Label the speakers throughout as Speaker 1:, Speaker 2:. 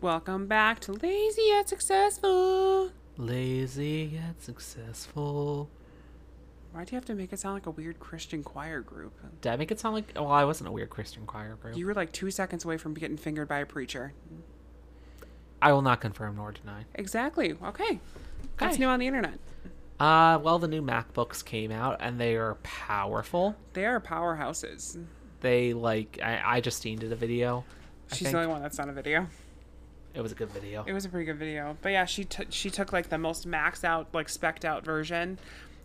Speaker 1: Welcome back to Lazy Yet Successful.
Speaker 2: Lazy yet successful.
Speaker 1: Why do you have to make it sound like a weird Christian choir group?
Speaker 2: Did I make it sound like? Well, I wasn't a weird Christian choir group.
Speaker 1: You were like two seconds away from getting fingered by a preacher.
Speaker 2: I will not confirm nor deny.
Speaker 1: Exactly. Okay. That's
Speaker 2: Okay.
Speaker 1: new on the internet.
Speaker 2: Uh, well, the new MacBooks came out and they are powerful.
Speaker 1: They are powerhouses.
Speaker 2: They like I, I Justine did a video. I
Speaker 1: She's the
Speaker 2: think.
Speaker 1: only one that's on a video.
Speaker 2: It was a good video.
Speaker 1: It was a pretty good video. But yeah, she took she took like the most maxed out, like specked out version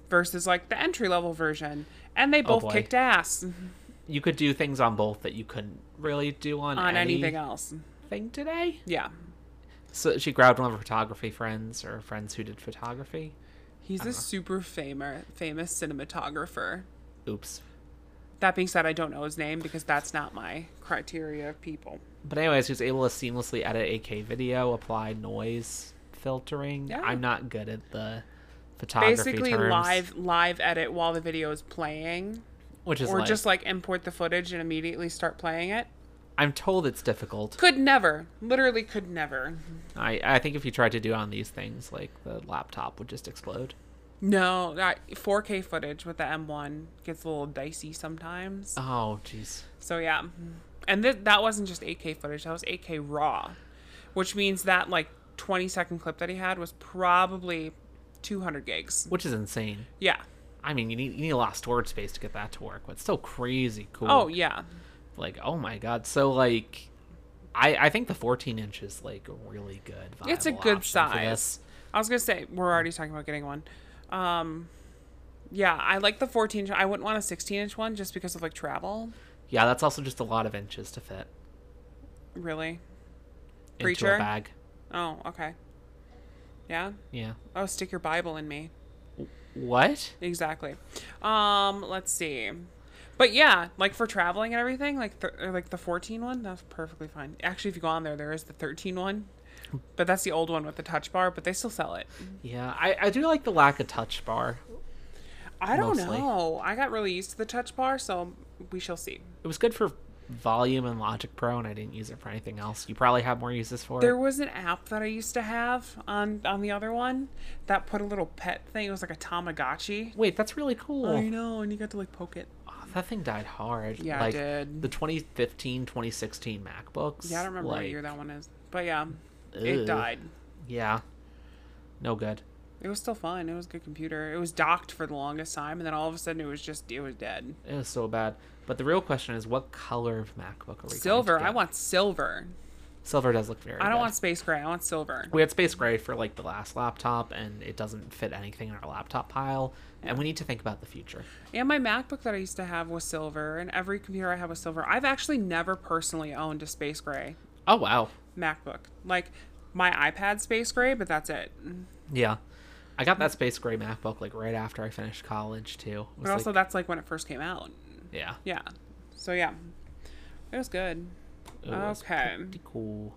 Speaker 1: versus like the entry level version. And they both
Speaker 2: Oh, boy.
Speaker 1: kicked ass
Speaker 2: You could do things on both that you couldn't really do on,
Speaker 1: on anything
Speaker 2: anything
Speaker 1: else.
Speaker 2: today.
Speaker 1: Yeah.
Speaker 2: So she grabbed one of her photography friends or friends who did photography. Uh-huh.
Speaker 1: He's a super famous famous cinematographer.
Speaker 2: Oops.
Speaker 1: That being said, I don't know his name because that's not my criteria of people.
Speaker 2: But anyways, she was able to seamlessly edit 8K video, apply noise filtering.
Speaker 1: Yeah.
Speaker 2: I'm not good at the photography
Speaker 1: Basically,
Speaker 2: terms,
Speaker 1: live live edit while the video is playing,
Speaker 2: which is
Speaker 1: or
Speaker 2: like,
Speaker 1: just like import the footage and immediately start playing it.
Speaker 2: I'm told it's difficult.
Speaker 1: Could never, literally, could never.
Speaker 2: I, I think if you tried to do it on these things, like the laptop would just explode.
Speaker 1: No, that 4K footage with the M1 gets a little dicey sometimes.
Speaker 2: Oh, jeez.
Speaker 1: So yeah, and th- that wasn't just 8K footage; that was 8K raw, which means that like 20 second clip that he had was probably 200 gigs.
Speaker 2: Which is insane.
Speaker 1: Yeah.
Speaker 2: I mean, you need, you need a lot of storage space to get that to work, but it's still crazy cool.
Speaker 1: Oh yeah.
Speaker 2: like oh my god. So like, I I think the 14 inch is like a really good.
Speaker 1: It's a
Speaker 2: viable
Speaker 1: good
Speaker 2: option for
Speaker 1: size.
Speaker 2: this.
Speaker 1: I was gonna say we're already talking about getting one. Um, yeah, I like the 14. inch- I wouldn't want a 16 inch one just because of like travel.
Speaker 2: Yeah, that's also just a lot of inches to fit
Speaker 1: Really?
Speaker 2: into
Speaker 1: Preacher?
Speaker 2: a bag.
Speaker 1: Oh, okay. Yeah.
Speaker 2: Yeah.
Speaker 1: Oh, stick your Bible in me.
Speaker 2: What?
Speaker 1: Exactly. Um, let's see. But yeah, like for traveling and everything, like th- or, like the 14 one, that's perfectly fine. Actually, if you go on there, there is the 13 one, but that's the old one with the touch bar. But they still sell it.
Speaker 2: Yeah, I, I do like the lack of touch bar.
Speaker 1: I don't
Speaker 2: Mostly.
Speaker 1: know. I got really used to the touch bar, so we shall see.
Speaker 2: It was good for volume and Logic Pro, and I didn't use it for anything else. You probably have more uses for
Speaker 1: There
Speaker 2: it.
Speaker 1: was an app that I used to have on on the other one that put a little pet thing. It was like a Tamagotchi.
Speaker 2: Wait, that's really cool.
Speaker 1: I know, and you got to like poke it.
Speaker 2: Oh, that thing died hard.
Speaker 1: Yeah, it
Speaker 2: like,
Speaker 1: did.
Speaker 2: The 2015, 2016 MacBooks.
Speaker 1: Yeah, I don't remember what year that one is, but yeah,
Speaker 2: Ugh.
Speaker 1: it died.
Speaker 2: Yeah. No good.
Speaker 1: It was still fun. It was a good computer. It was docked for the longest time, and then all of a sudden, it was just it was dead.
Speaker 2: It was so bad. But the real question is, what color of MacBook are we going to
Speaker 1: Silver. I
Speaker 2: get?
Speaker 1: want silver.
Speaker 2: Silver does look very
Speaker 1: I don't
Speaker 2: good.
Speaker 1: want space gray. I want silver.
Speaker 2: we had space gray for like the last laptop and it doesn't fit anything in our laptop pile and we need to think about the future
Speaker 1: And my MacBook that I used to have was silver, and every computer I had was silver. I've actually never personally owned a space gray
Speaker 2: oh wow
Speaker 1: MacBook. Like my iPad space gray, but that's it.
Speaker 2: yeah i got that space gray macbook like right after i finished college too It was,
Speaker 1: But also,
Speaker 2: like-
Speaker 1: that's like when it first came out.
Speaker 2: yeah
Speaker 1: Yeah. So yeah, it was good.
Speaker 2: it was
Speaker 1: Okay.
Speaker 2: pretty cool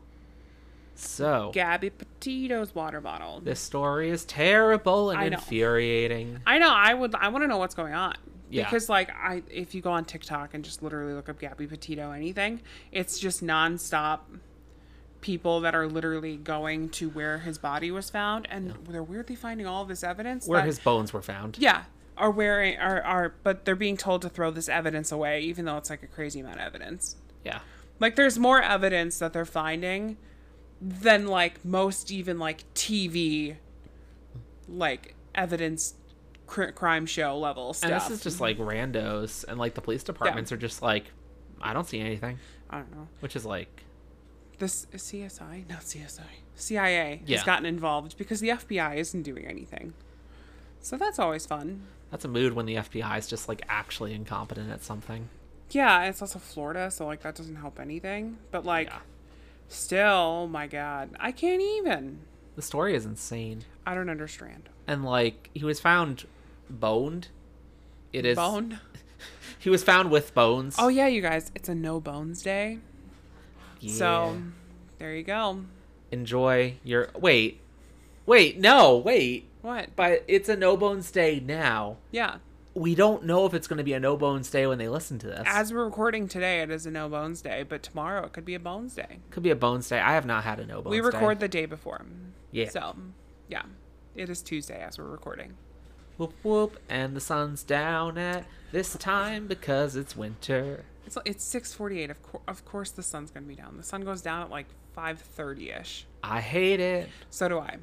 Speaker 2: so
Speaker 1: Gabby Petito's water bottle.
Speaker 2: this story is terrible and
Speaker 1: I know.
Speaker 2: infuriating
Speaker 1: I know. I would. I want to know what's going on.
Speaker 2: Yeah.
Speaker 1: Because like I, if you go on TikTok and just literally look up Gabby Petito anything, it's just nonstop people that are literally going to where his body was found, and they're weirdly finding all this evidence.
Speaker 2: where
Speaker 1: that-
Speaker 2: his bones were found
Speaker 1: yeah are wearing are are but they're being told to throw this evidence away, even though it's like a crazy amount of evidence.
Speaker 2: yeah
Speaker 1: Like there's more evidence that they're finding than like most even like TV like evidence cr- crime show level stuff.
Speaker 2: and this is just like randos and like the police departments are just like i don't see anything
Speaker 1: I don't know.
Speaker 2: which is like
Speaker 1: This is CSI, not CSI. CIA
Speaker 2: Yeah.
Speaker 1: has gotten involved because the FBI isn't doing anything. So that's always fun.
Speaker 2: that's a mood when the fbi is just like actually incompetent at something
Speaker 1: Yeah, it's also Florida, so like that doesn't help anything. But like
Speaker 2: Yeah.
Speaker 1: still, oh my god, I can't even.
Speaker 2: The story is insane.
Speaker 1: I don't understand.
Speaker 2: And like he was found boned. It is
Speaker 1: Bone?
Speaker 2: He was found with bones.
Speaker 1: Oh yeah, you guys, it's a no bones day. So there you go.
Speaker 2: enjoy your wait. Wait, no, wait.
Speaker 1: What?
Speaker 2: But it's a no bones day now.
Speaker 1: Yeah.
Speaker 2: we don't know if it's going to be a no bones day when they listen to this.
Speaker 1: As we're recording today, it is a no bones day, but tomorrow it could be a bones day.
Speaker 2: Could be a bones day. I have not had a no bones.
Speaker 1: we
Speaker 2: day.
Speaker 1: record the day before.
Speaker 2: Yeah.
Speaker 1: So, yeah, it is Tuesday as we're recording.
Speaker 2: whoop whoop, and the sun's down at this time because it's winter.
Speaker 1: It's it's six forty eight. Of course, of course, the sun's gonna be down. The sun goes down at like five thirty ish.
Speaker 2: I hate it.
Speaker 1: So do I.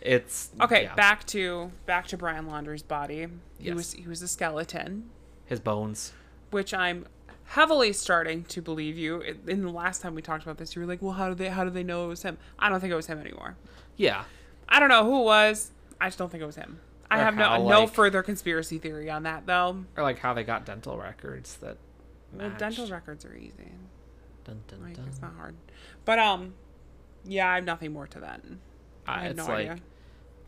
Speaker 2: It's
Speaker 1: Okay,
Speaker 2: yeah,
Speaker 1: back to back to Brian Laundrie's body. He
Speaker 2: Yes.
Speaker 1: was he was a skeleton,
Speaker 2: his bones.
Speaker 1: which I'm heavily starting to believe you. In- In the last time we talked about this, you were like, "Well, how do they how do they know it was him?" I don't think it was him anymore.
Speaker 2: Yeah,
Speaker 1: I don't know who it was. I just don't think it was him. I
Speaker 2: Or
Speaker 1: have no
Speaker 2: how,
Speaker 1: no
Speaker 2: like-
Speaker 1: further conspiracy theory on that though.
Speaker 2: or like how they got dental records that.
Speaker 1: Well, dental
Speaker 2: matched.
Speaker 1: records are easy.
Speaker 2: Dun, dun,
Speaker 1: Like
Speaker 2: dun.
Speaker 1: it's not hard. But um, yeah, I have nothing more to that.
Speaker 2: Uh,
Speaker 1: I have
Speaker 2: it's
Speaker 1: no
Speaker 2: like,
Speaker 1: idea.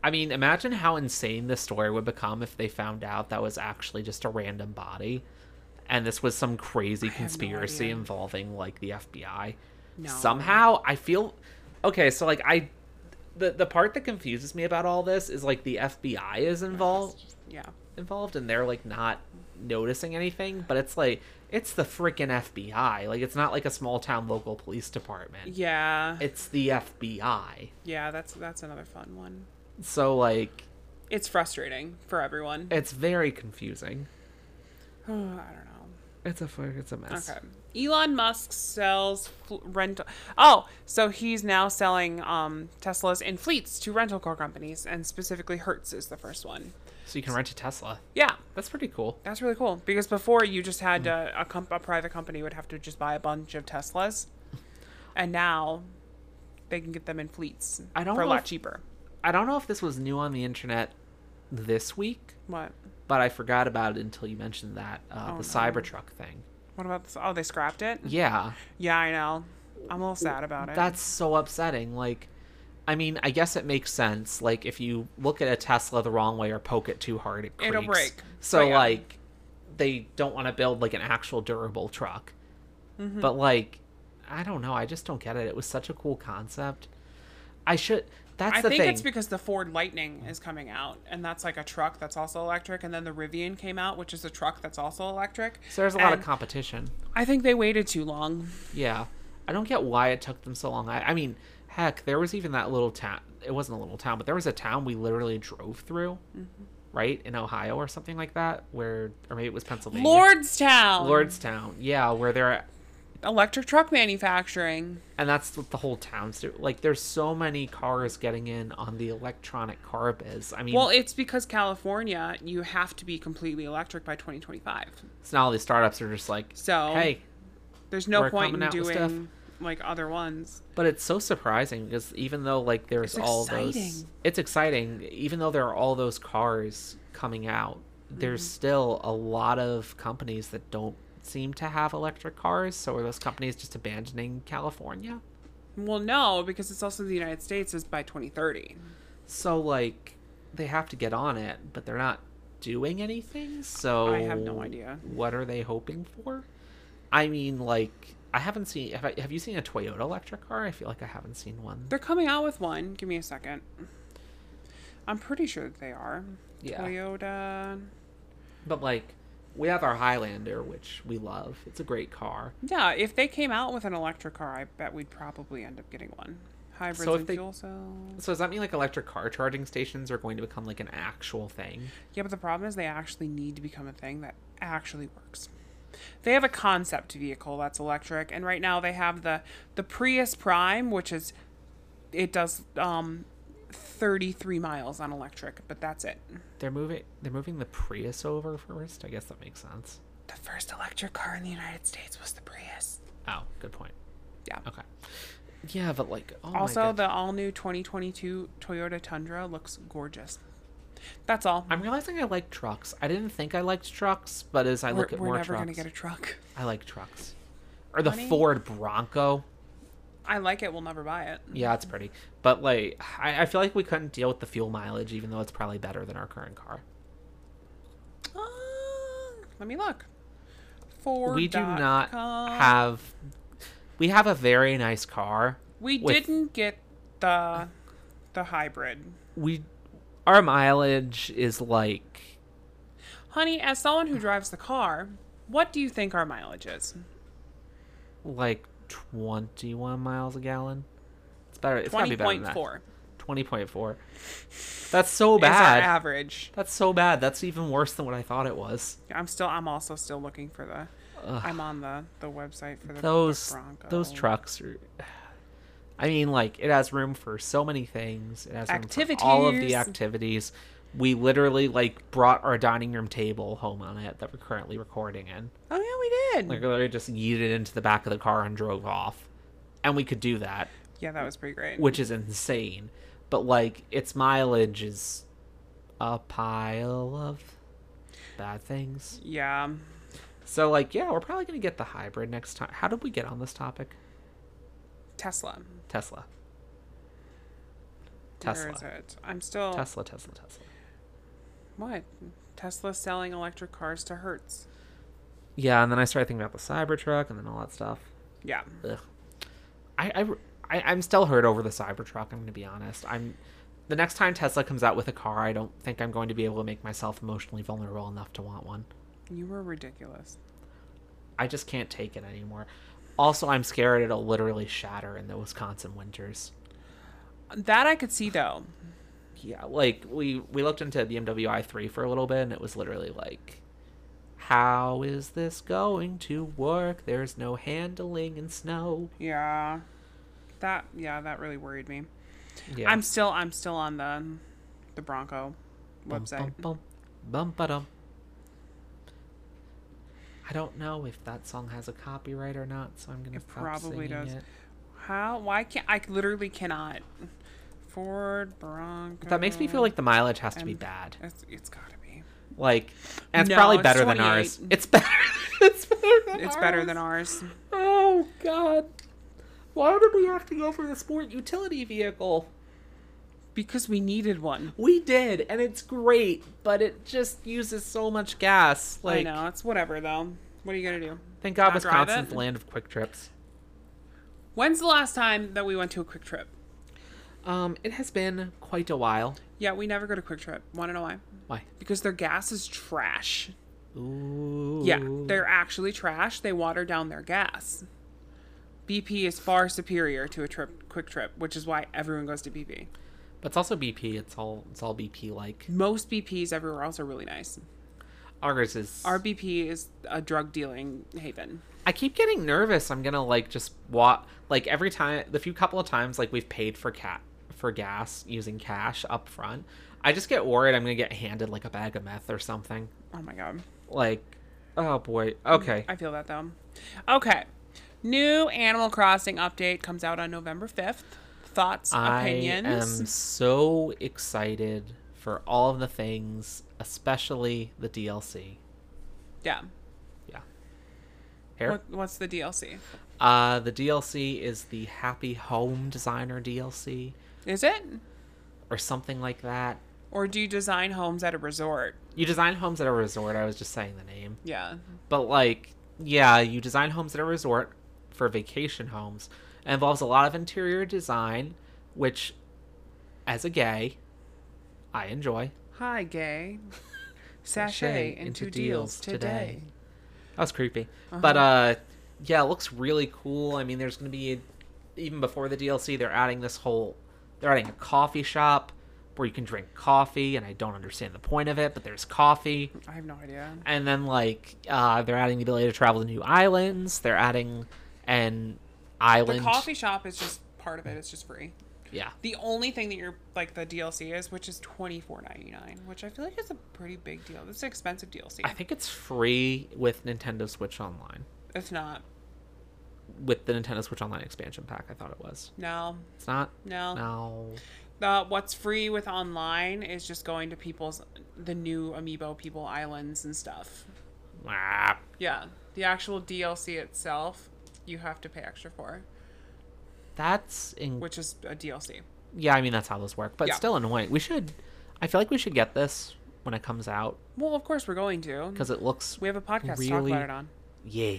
Speaker 2: I mean, imagine how insane this story would become if they found out that was actually just a random body, and this was some crazy
Speaker 1: no
Speaker 2: conspiracy
Speaker 1: idea.
Speaker 2: involving like the FBI.
Speaker 1: No.
Speaker 2: Somehow, I feel okay. So like I, the the part that confuses me about all this is like the FBI is involved
Speaker 1: Yeah.
Speaker 2: involved and they're like not noticing anything but it's like it's the freaking fbi like it's not like a small town local police department
Speaker 1: Yeah.
Speaker 2: it's the fbi
Speaker 1: yeah, that's that's another fun one.
Speaker 2: so like
Speaker 1: It's frustrating for everyone.
Speaker 2: it's very confusing
Speaker 1: I don't know.
Speaker 2: it's a fuck it's a mess
Speaker 1: Okay. Elon Musk sells fl- rental. Oh, so he's now selling um, Teslas in fleets to rental car companies, and specifically Hertz is the first one.
Speaker 2: so you can rent a tesla
Speaker 1: Yeah,
Speaker 2: that's pretty cool
Speaker 1: that's really cool because before you just had
Speaker 2: Hmm.
Speaker 1: to, a comp- a private company would have to just buy a bunch of Teslas, and now they can get them in fleets
Speaker 2: I don't
Speaker 1: for a
Speaker 2: know
Speaker 1: lot
Speaker 2: if-
Speaker 1: cheaper.
Speaker 2: i don't know if this was new on the internet this week
Speaker 1: What?
Speaker 2: but i forgot about it until you mentioned that uh,
Speaker 1: Oh,
Speaker 2: the
Speaker 1: no.
Speaker 2: cybertruck thing
Speaker 1: What about this? Oh, they scrapped it.
Speaker 2: yeah
Speaker 1: Yeah, I know. I'm a little sad about it.
Speaker 2: That's so upsetting. Like, I mean, I guess it makes sense. Like, if you look at a Tesla the wrong way or poke it too hard, it creaks.
Speaker 1: It'll break.
Speaker 2: So,
Speaker 1: But yeah.
Speaker 2: like, they don't want to build like an actual durable truck.
Speaker 1: Mm-hmm.
Speaker 2: But like, I don't know. I just don't get it. It was such a cool concept. I should. That's
Speaker 1: I
Speaker 2: the
Speaker 1: think
Speaker 2: thing.
Speaker 1: it's because the Ford Lightning is coming out, and that's like a truck that's also electric, and then the Rivian came out, which is a truck that's also electric.
Speaker 2: so there's a lot of
Speaker 1: and-
Speaker 2: competition.
Speaker 1: I think they waited too long.
Speaker 2: Yeah. I don't get why it took them so long. I, I mean, heck, there was even that little town. It wasn't a little town, but there was a town we literally drove through,
Speaker 1: Mm-hmm.
Speaker 2: right? In Ohio or something like that, where, or maybe it was Pennsylvania.
Speaker 1: Lordstown,
Speaker 2: Lordstown. Yeah, where they're,
Speaker 1: electric truck manufacturing.
Speaker 2: and that's what the whole town's do. Like, there's so many cars getting in on the electronic car biz. I mean,
Speaker 1: Well, it's because California, you have to be completely electric by 2025.
Speaker 2: it's not all these startups are just like,
Speaker 1: So
Speaker 2: hey,
Speaker 1: there's no
Speaker 2: we're
Speaker 1: point in
Speaker 2: coming out with stuff.
Speaker 1: doing like other ones.
Speaker 2: But it's so surprising because even though like there's
Speaker 1: It's
Speaker 2: all those
Speaker 1: exciting.
Speaker 2: it's exciting, even though there are all those cars coming out, there's
Speaker 1: Mm-hmm.
Speaker 2: still a lot of companies that don't seem to have electric cars, so are those companies just abandoning California?
Speaker 1: Well, no, because it's also the United States is by 2030.
Speaker 2: So like they have to get on it, but they're not doing anything. So
Speaker 1: I have no idea.
Speaker 2: What are they hoping for? I mean like I haven't seen have, I, have you seen a Toyota electric car? I feel like I haven't seen one.
Speaker 1: They're coming out with one. Give me a second. I'm pretty sure that they are.
Speaker 2: Yeah.
Speaker 1: Toyota.
Speaker 2: But like, we have our Highlander, which we love. It's a great car.
Speaker 1: Yeah, if they came out with an electric car, I bet we'd probably end up getting one. Hybrids
Speaker 2: So if
Speaker 1: and
Speaker 2: they-
Speaker 1: fuel cells.
Speaker 2: So does that mean like electric car charging stations are going to become like an actual thing?
Speaker 1: Yeah, but the problem is they actually need to become a thing that actually works. They have a concept vehicle that's electric, and right now they have the the Prius Prime, which is it does um 33 miles on electric, but that's it.
Speaker 2: They're moving. They're moving the Prius over first. I guess that makes sense.
Speaker 1: The first electric car in the United States was the Prius.
Speaker 2: Oh, good point.
Speaker 1: Yeah.
Speaker 2: Okay. Yeah, but like, oh my
Speaker 1: Also,
Speaker 2: God.
Speaker 1: the all new 2022 Toyota Tundra looks gorgeous. That's all.
Speaker 2: I'm realizing I like trucks. I didn't think I liked trucks, but as I
Speaker 1: we're
Speaker 2: look at
Speaker 1: we're
Speaker 2: more
Speaker 1: never
Speaker 2: trucks,
Speaker 1: gonna get a truck.
Speaker 2: I like trucks. Or the
Speaker 1: Honey?
Speaker 2: Ford Bronco.
Speaker 1: I like it. We'll never buy it.
Speaker 2: Yeah, it's pretty. But like, I, I feel like we couldn't deal with the fuel mileage, even though it's probably better than our current car.
Speaker 1: Uh, let me look. Ford.
Speaker 2: we do
Speaker 1: dot
Speaker 2: not
Speaker 1: com.
Speaker 2: have we have a very nice car
Speaker 1: We
Speaker 2: with-
Speaker 1: didn't get the the hybrid.
Speaker 2: we our mileage is like
Speaker 1: Honey, as someone who drives the car, what do you think our mileage is?
Speaker 2: Like 21 miles a gallon. It's better. It's gotta
Speaker 1: Twenty
Speaker 2: be better than
Speaker 1: point
Speaker 2: that.
Speaker 1: four.
Speaker 2: 20.4. That's so
Speaker 1: Is our
Speaker 2: bad.
Speaker 1: average.
Speaker 2: That's so bad. That's even worse than what I thought it was.
Speaker 1: I'm still. I'm also still looking for the.
Speaker 2: Ugh.
Speaker 1: I'm on the the website for the the
Speaker 2: those
Speaker 1: Bronco.
Speaker 2: those trucks are I mean like it has room for so many things. It has room for all of
Speaker 1: Activities.
Speaker 2: the activities. We literally like brought our dining room table home on it that we're currently recording in.
Speaker 1: Oh yeah, we did.
Speaker 2: Like literally just yeeted into the back of the car and drove off. And we could do that,
Speaker 1: yeah, that was pretty great.
Speaker 2: which is insane. But like its mileage is a pile of bad things.
Speaker 1: yeah, um,
Speaker 2: So like yeah, we're probably going to get the hybrid next time. How did we get on this topic?
Speaker 1: Tesla.
Speaker 2: Tesla.
Speaker 1: Where is
Speaker 2: Tesla.
Speaker 1: it? I'm still
Speaker 2: Tesla, Tesla, Tesla.
Speaker 1: what? Tesla selling electric cars to Hertz.
Speaker 2: Yeah, and then I started thinking about the Cybertruck and then all that stuff.
Speaker 1: Yeah,
Speaker 2: Ugh. I, I, I, I'm still hurt over the Cybertruck, I'm going to be honest. I'm The next time Tesla comes out with a car, I don't think I'm going to be able to make myself emotionally vulnerable enough to want one.
Speaker 1: you were ridiculous.
Speaker 2: I just can't take it anymore. Also, I'm scared it'll literally shatter in the Wisconsin winters.
Speaker 1: That I could see though.
Speaker 2: yeah like we we looked into bmw i3 for a little bit and it was literally like how is this going to work there's no handling in snow
Speaker 1: Yeah, that yeah, that really worried me.
Speaker 2: yeah
Speaker 1: I'm still I'm still on the the Bronco
Speaker 2: Bum,
Speaker 1: website.
Speaker 2: bum, bum, bum, ba-dum. i don't know if that song has a copyright or not so i'm gonna
Speaker 1: It
Speaker 2: stop
Speaker 1: probably
Speaker 2: singing
Speaker 1: does.
Speaker 2: it.
Speaker 1: How? Why can't I? Literally cannot. Ford Bronco.
Speaker 2: that makes me feel like the mileage has to be
Speaker 1: And-
Speaker 2: bad
Speaker 1: it's, it's gotta be.
Speaker 2: like and it's
Speaker 1: No,
Speaker 2: probably
Speaker 1: it's
Speaker 2: better than ours
Speaker 1: 28.
Speaker 2: it's better it's better than
Speaker 1: It's better
Speaker 2: ours.
Speaker 1: than ours.
Speaker 2: Oh God! Why did we have to go for the sport utility vehicle?
Speaker 1: Because we needed one.
Speaker 2: We did, and it's great, but it just uses so much gas. Like,
Speaker 1: I know it's whatever though. What are you gonna do?
Speaker 2: thank God
Speaker 1: Not drive
Speaker 2: Wisconsin's
Speaker 1: it.
Speaker 2: the land of quick trips.
Speaker 1: When's the last time that we went to a quick trip?
Speaker 2: Um, it has been quite a while.
Speaker 1: Yeah, we never go to quick trip. Wanna know why?
Speaker 2: Why?
Speaker 1: Because their gas is trash.
Speaker 2: Ooh.
Speaker 1: Yeah, they're actually trash. They water down their gas. BP is far superior to a trip quick trip, which is why everyone goes to BP.
Speaker 2: But it's also BP. It's all it's all BP like.
Speaker 1: Most BPs everywhere else are really nice.
Speaker 2: Ours is.
Speaker 1: Our BP is a drug dealing haven.
Speaker 2: I keep getting nervous. I'm gonna like just walk. Like every time, the few couple of times like we've paid for cat for gas using cash up front, I just get worried I'm gonna get handed like a bag of meth or something.
Speaker 1: Oh my god.
Speaker 2: Like, oh boy. Okay.
Speaker 1: I feel that though. Okay. New Animal Crossing update comes out on November 5th. Thoughts,
Speaker 2: I
Speaker 1: opinions.
Speaker 2: am so excited for all of the things, especially the DLC.
Speaker 1: Yeah.
Speaker 2: Yeah. Here.
Speaker 1: What, what's the DLC?
Speaker 2: Uh, the DLC is the Happy Home Designer DLC
Speaker 1: Is it?
Speaker 2: or something like that.
Speaker 1: Or do you design homes at a resort?
Speaker 2: You design homes at a resort. I was just saying the name.
Speaker 1: Yeah.
Speaker 2: But like, yeah, you design homes at a resort for vacation homes. It involves a lot of interior design, which, as a gay, I enjoy.
Speaker 1: Hi, gay. Sachet into deals today. Uh-huh.
Speaker 2: That was creepy, but uh, yeah, it looks really cool. I mean, there's gonna be even before the DLC, they're adding this whole, they're adding a coffee shop where you can drink coffee, and I don't understand the point of it, but there's coffee.
Speaker 1: I have no idea.
Speaker 2: and then like uh, they're adding the ability to travel to new islands. They're adding an
Speaker 1: The
Speaker 2: island.
Speaker 1: coffee shop is just part of it. It's just free.
Speaker 2: Yeah,
Speaker 1: The only thing that you're like the DLC is, which is twenty four ninety nine, which I feel like is a pretty big deal. It's an expensive DLC.
Speaker 2: I think it's free with Nintendo Switch Online
Speaker 1: It's not.
Speaker 2: with the Nintendo Switch Online expansion pack. I thought it was.
Speaker 1: No,
Speaker 2: It's not.
Speaker 1: no.
Speaker 2: No.
Speaker 1: The what's free with online is just going to people's the new amiibo people islands and stuff.
Speaker 2: Ah.
Speaker 1: Yeah, the actual DLC itself you have to pay extra for,
Speaker 2: That's in.
Speaker 1: which is a DLC.
Speaker 2: Yeah, I mean that's how those work, but
Speaker 1: Yeah.
Speaker 2: still annoying. We should. I feel like we should get this when it comes out
Speaker 1: Well, of course we're going to.
Speaker 2: because it looks.
Speaker 1: We have a podcast to talk
Speaker 2: really-
Speaker 1: about it on.
Speaker 2: Yeah.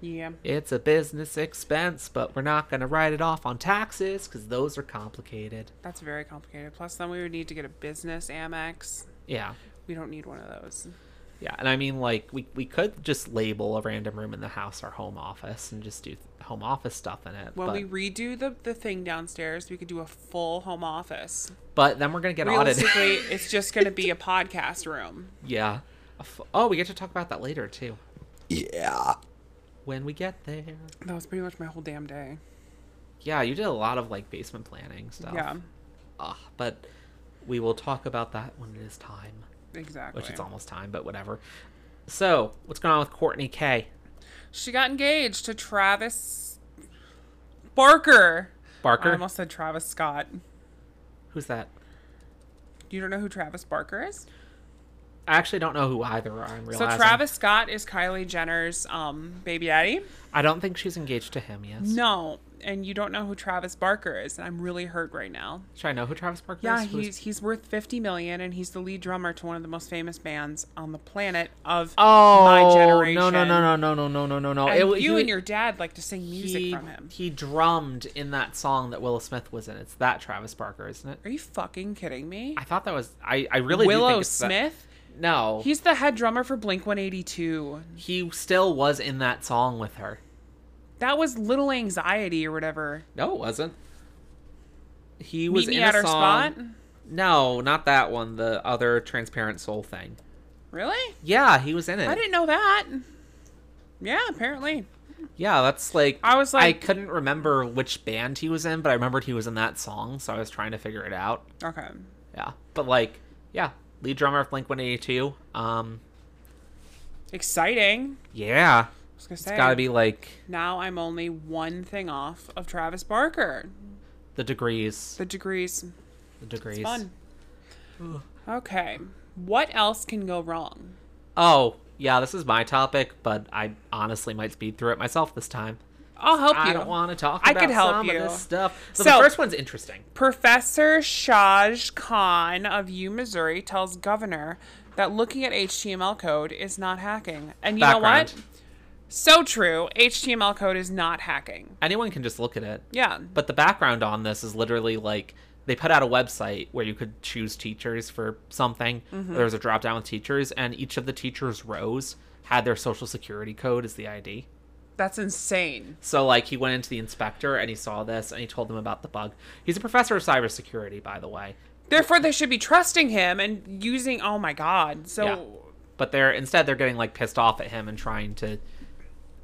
Speaker 1: Yeah.
Speaker 2: It's a business expense, but we're not going to write it off on taxes because those are complicated.
Speaker 1: That's very complicated. Plus, then we would need to get a business Amex.
Speaker 2: Yeah.
Speaker 1: We don't need one of those.
Speaker 2: Yeah, and I mean, like, we, we could just label a random room in the house our home office and just do th- home office stuff in it.
Speaker 1: When
Speaker 2: but,
Speaker 1: we redo the, the thing downstairs, we could do a full home office.
Speaker 2: but then we're going to get audited.
Speaker 1: Realistically, it's just going to be a podcast room.
Speaker 2: yeah. A fu- Oh, we get to talk about that later, too,
Speaker 3: Yeah.
Speaker 2: when we get there.
Speaker 1: That was pretty much my whole damn day.
Speaker 2: Yeah, you did a lot of, like, basement planning stuff.
Speaker 1: Yeah,
Speaker 2: Ah, but we will talk about that when it is time,
Speaker 1: exactly.
Speaker 2: which it's almost time, but whatever. So, what's going on with Courtney K?
Speaker 1: She got engaged to Travis Barker. I
Speaker 2: Barker?
Speaker 1: almost said Travis Scott.
Speaker 2: Who's that?
Speaker 1: You don't know who Travis Barker is?
Speaker 2: I actually don't know who either are. I'm
Speaker 1: So
Speaker 2: realizing.
Speaker 1: Travis Scott is Kylie Jenner's um, baby daddy.
Speaker 2: I don't think she's engaged to him. Yes.
Speaker 1: No, and you don't know who Travis Barker is, and I'm really hurt right now.
Speaker 2: Should I know who Travis Barker
Speaker 1: Yeah,
Speaker 2: is? Who's-
Speaker 1: he's he's worth fifty million, and he's the lead drummer to one of the most famous bands on the planet of
Speaker 2: Oh
Speaker 1: my generation.
Speaker 2: no no no no no no no no no no!
Speaker 1: And
Speaker 2: It-
Speaker 1: you
Speaker 2: he-
Speaker 1: and your dad like to sing music
Speaker 2: he,
Speaker 1: from him.
Speaker 2: He drummed in that song that Willow Smith was in. It's that Travis Barker, isn't it?
Speaker 1: Are you fucking kidding me?
Speaker 2: I thought that was I. I really do
Speaker 1: Willow
Speaker 2: think it's that-
Speaker 1: Smith.
Speaker 2: No, he
Speaker 1: He's the head drummer for Blink One Eighty Two.
Speaker 2: he still was in that song with her.
Speaker 1: That was Little Anxiety or whatever.
Speaker 2: No, it wasn't. He was
Speaker 1: Meet
Speaker 2: in
Speaker 1: me at
Speaker 2: a
Speaker 1: our
Speaker 2: song.
Speaker 1: spot.
Speaker 2: No, not that one. The other Transparent Soul thing.
Speaker 1: Really?
Speaker 2: Yeah, he was in it.
Speaker 1: I didn't know that. Yeah, apparently.
Speaker 2: Yeah, that's like
Speaker 1: I was
Speaker 2: I
Speaker 1: like-
Speaker 2: couldn't remember which band he was in, but I remembered he was in that song, so I was trying to figure it out.
Speaker 1: Okay.
Speaker 2: Yeah, but like, yeah, lead drummer of Blink One Eighty Two. Um,
Speaker 1: Exciting.
Speaker 2: yeah,
Speaker 1: I was gonna say.
Speaker 2: it's got to be like
Speaker 1: Now I'm only one thing off of Travis Barker.
Speaker 2: the degrees.
Speaker 1: The degrees.
Speaker 2: The degrees.
Speaker 1: Fun. Okay. What else can go wrong?
Speaker 2: Oh, yeah, this is my topic, but I honestly might speed through it myself this time.
Speaker 1: I'll help
Speaker 2: I
Speaker 1: you.
Speaker 2: don't want to talk.
Speaker 1: I
Speaker 2: about
Speaker 1: could help
Speaker 2: some
Speaker 1: you.
Speaker 2: Of this stuff. So,
Speaker 1: So-
Speaker 2: the first one's interesting.
Speaker 1: Professor Shaj Khan of U Missouri tells governor that looking at HTML code is not hacking. And you know
Speaker 2: Background.
Speaker 1: what? So true. HTML code is not hacking.
Speaker 2: Anyone can just look at it.
Speaker 1: Yeah.
Speaker 2: But the background on this is literally like they put out a website where you could choose teachers for something.
Speaker 1: Mm-hmm.
Speaker 2: There was a drop down with teachers, and each of the teachers' rows had their social security code as the ID.
Speaker 1: That's insane.
Speaker 2: So, like, he went into the inspector and he saw this and he told them about the bug. He's a professor of cybersecurity, by the way.
Speaker 1: Therefore, they should be trusting him and using. Oh my God. So.
Speaker 2: Yeah. But they're instead they're getting like pissed off at him and trying to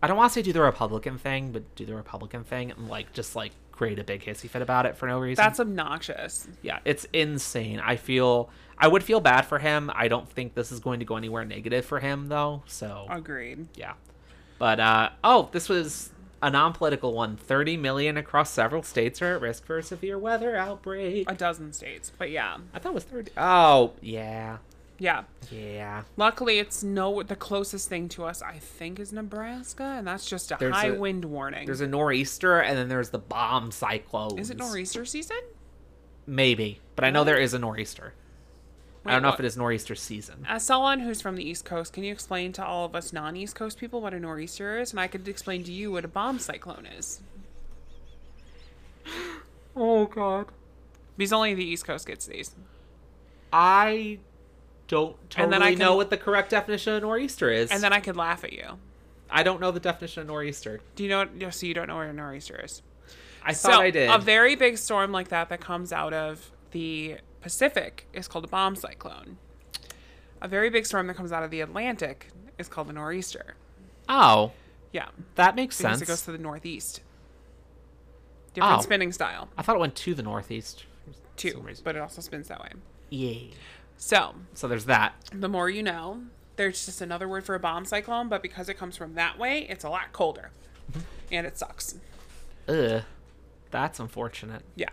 Speaker 2: I don't want to say do the Republican thing, but do the Republican thing and like just like create a big hissy fit about it for no reason.
Speaker 1: That's obnoxious.
Speaker 2: yeah it's insane i feel i would feel bad for him i don't think this is going to go anywhere negative for him though so
Speaker 1: Agreed.
Speaker 2: yeah but uh oh this was a non-political one 30 million across several states are at risk for a severe weather outbreak
Speaker 1: A dozen states. But yeah.
Speaker 2: i thought it was 30 oh yeah
Speaker 1: Yeah.
Speaker 2: yeah
Speaker 1: Luckily, it's no. The closest thing to us, I think, is Nebraska, and that's just a
Speaker 2: There's
Speaker 1: high
Speaker 2: a-
Speaker 1: wind warning.
Speaker 2: there's a nor'easter and then there's the bomb cyclone
Speaker 1: is it nor'easter season?
Speaker 2: maybe but i know there is a nor'easter
Speaker 1: Wait,
Speaker 2: i don't know
Speaker 1: what?
Speaker 2: if it is nor'easter season
Speaker 1: As Uh, someone who's from the East Coast, can you explain to all of us non-East Coast people what a nor'easter is, and I could explain to you what a bomb cyclone is?
Speaker 2: oh god
Speaker 1: Because only the East Coast gets these.
Speaker 2: I don't totally
Speaker 1: And then I can-
Speaker 2: know what the correct definition of nor'easter is.
Speaker 1: And then I could laugh at you.
Speaker 2: I don't know the definition of nor'easter.
Speaker 1: Do you know? What, so you don't know what a nor'easter is?
Speaker 2: I thought I did.
Speaker 1: A very big storm like that that comes out of the Pacific is called a bomb cyclone. A very big storm that comes out of the Atlantic is called a nor'easter.
Speaker 2: Oh,
Speaker 1: Yeah,
Speaker 2: that makes
Speaker 1: because it
Speaker 2: sense.
Speaker 1: goes to the northeast. Different
Speaker 2: Oh.
Speaker 1: spinning style
Speaker 2: I thought it went to the northeast. for some
Speaker 1: too,
Speaker 2: reason.
Speaker 1: but it also spins that way.
Speaker 2: yeah.
Speaker 1: So
Speaker 2: So there's that.
Speaker 1: the more you know, there's just another word for a bomb cyclone, but because it comes from that way, it's a lot colder,
Speaker 2: Mm-hmm.
Speaker 1: and it sucks.
Speaker 2: Ugh, that's unfortunate.
Speaker 1: Yeah.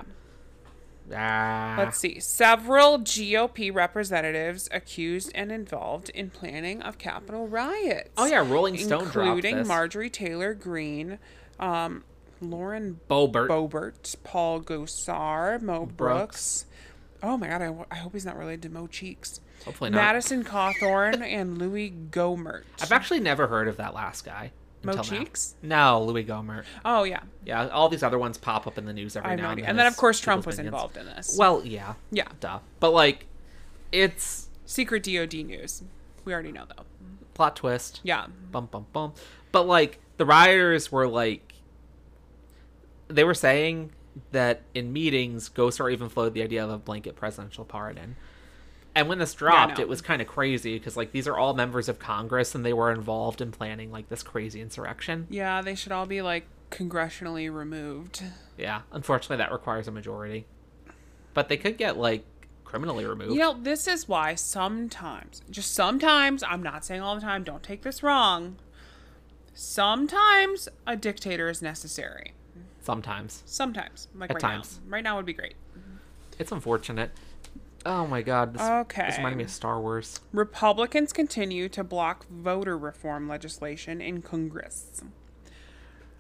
Speaker 2: Ah.
Speaker 1: Let's see. Several GOP representatives accused and involved in planning of Capitol riots.
Speaker 2: Oh yeah, Rolling Stone
Speaker 1: including
Speaker 2: dropped this.
Speaker 1: Marjorie Taylor Greene, um, Lauren
Speaker 2: Bobert.
Speaker 1: Boebert, Paul Gosar, Mo
Speaker 2: Brooks.
Speaker 1: Brooks. Oh my God, I, wa- I hope he's not related to Mo Cheeks.
Speaker 2: Hopefully not.
Speaker 1: Madison Cawthorn and Louis Gohmert.
Speaker 2: I've actually never heard of that last guy.
Speaker 1: Mo
Speaker 2: until now.
Speaker 1: Cheeks?
Speaker 2: No, Louis Gohmert.
Speaker 1: oh yeah,
Speaker 2: Yeah, all these other ones pop up in the news every
Speaker 1: I have
Speaker 2: now
Speaker 1: no
Speaker 2: and
Speaker 1: idea.
Speaker 2: then.
Speaker 1: And then
Speaker 2: as
Speaker 1: of course Trump
Speaker 2: people's
Speaker 1: was
Speaker 2: minions.
Speaker 1: involved in this.
Speaker 2: Well, yeah,
Speaker 1: yeah,
Speaker 2: duh. But like, it's
Speaker 1: secret DOD news. We already know though.
Speaker 2: Plot twist.
Speaker 1: Yeah.
Speaker 2: Bum bum bum. But like the rioters were like they were saying that in meetings, Ghost or even floated the idea of a blanket presidential pardon. And when this dropped,
Speaker 1: no.
Speaker 2: it was kind of crazy because like these are all members of Congress and they were involved in planning like this crazy insurrection.
Speaker 1: Yeah, they should all be like congressionally removed.
Speaker 2: Yeah, unfortunately, that requires a majority. But they could get like criminally removed.
Speaker 1: You know, this is why sometimes, just sometimes, I'm not saying all the time, don't take this wrong. Sometimes a dictator is necessary.
Speaker 2: Sometimes
Speaker 1: Sometimes, like
Speaker 2: At
Speaker 1: right
Speaker 2: times.
Speaker 1: now. Right now would be great.
Speaker 2: it's unfortunate. Oh my god, this, this
Speaker 1: Okay.
Speaker 2: reminded me of Star Wars.
Speaker 1: Republicans continue to block voter reform legislation in Congress.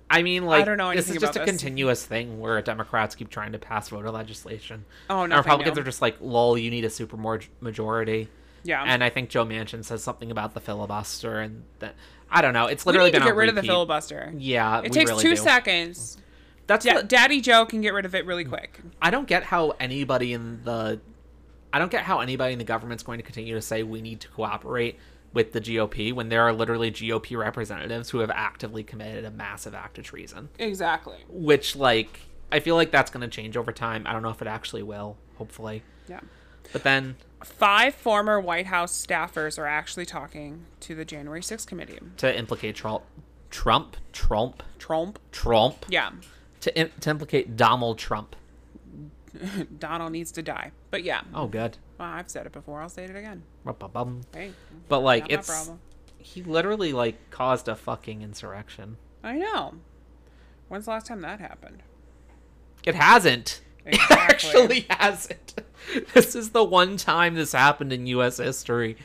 Speaker 2: I mean, like,
Speaker 1: don't know
Speaker 2: this is
Speaker 1: anything
Speaker 2: just a
Speaker 1: about this.
Speaker 2: continuous thing where Democrats keep trying to pass voter legislation.
Speaker 1: Oh,
Speaker 2: and
Speaker 1: nothing
Speaker 2: Republicans
Speaker 1: new.
Speaker 2: are just like, lol, you need a super mor- majority.
Speaker 1: Yeah.
Speaker 2: And I think Joe Manchin says something about the filibuster, and that I don't know. It's
Speaker 1: we
Speaker 2: literally
Speaker 1: need to
Speaker 2: been
Speaker 1: get
Speaker 2: on
Speaker 1: rid of the
Speaker 2: repeat.
Speaker 1: filibuster.
Speaker 2: Yeah, we
Speaker 1: It takes
Speaker 2: really
Speaker 1: two
Speaker 2: do.
Speaker 1: seconds.
Speaker 2: That's
Speaker 1: Da-
Speaker 2: the-
Speaker 1: Daddy Joe can get rid of it really quick.
Speaker 2: I don't get how anybody in the I don't get how anybody in the government's going to continue to say we need to cooperate with the GOP when there are literally GOP representatives who have actively committed a massive act of treason.
Speaker 1: Exactly.
Speaker 2: Which like I feel like that's going to change over time. I don't know if it actually will, hopefully.
Speaker 1: Yeah.
Speaker 2: But then
Speaker 1: Five former White House staffers are actually talking to the January 6th committee.
Speaker 2: to implicate Trump Trump Trump
Speaker 1: Trump.
Speaker 2: Trump
Speaker 1: Yeah.
Speaker 2: to, im- to implicate Donald Trump.
Speaker 1: Donald needs to die. But yeah.
Speaker 2: Oh good.
Speaker 1: Well, I've said it before. I'll say it again.
Speaker 2: Ba-ba-bum.
Speaker 1: Hey.
Speaker 2: But like
Speaker 1: not my
Speaker 2: it's
Speaker 1: problem.
Speaker 2: he literally like caused a fucking insurrection.
Speaker 1: I know. When's the last time that happened?
Speaker 2: It hasn't. It
Speaker 1: Exactly.
Speaker 2: actually hasn't. This is the one time this happened in U.S. history,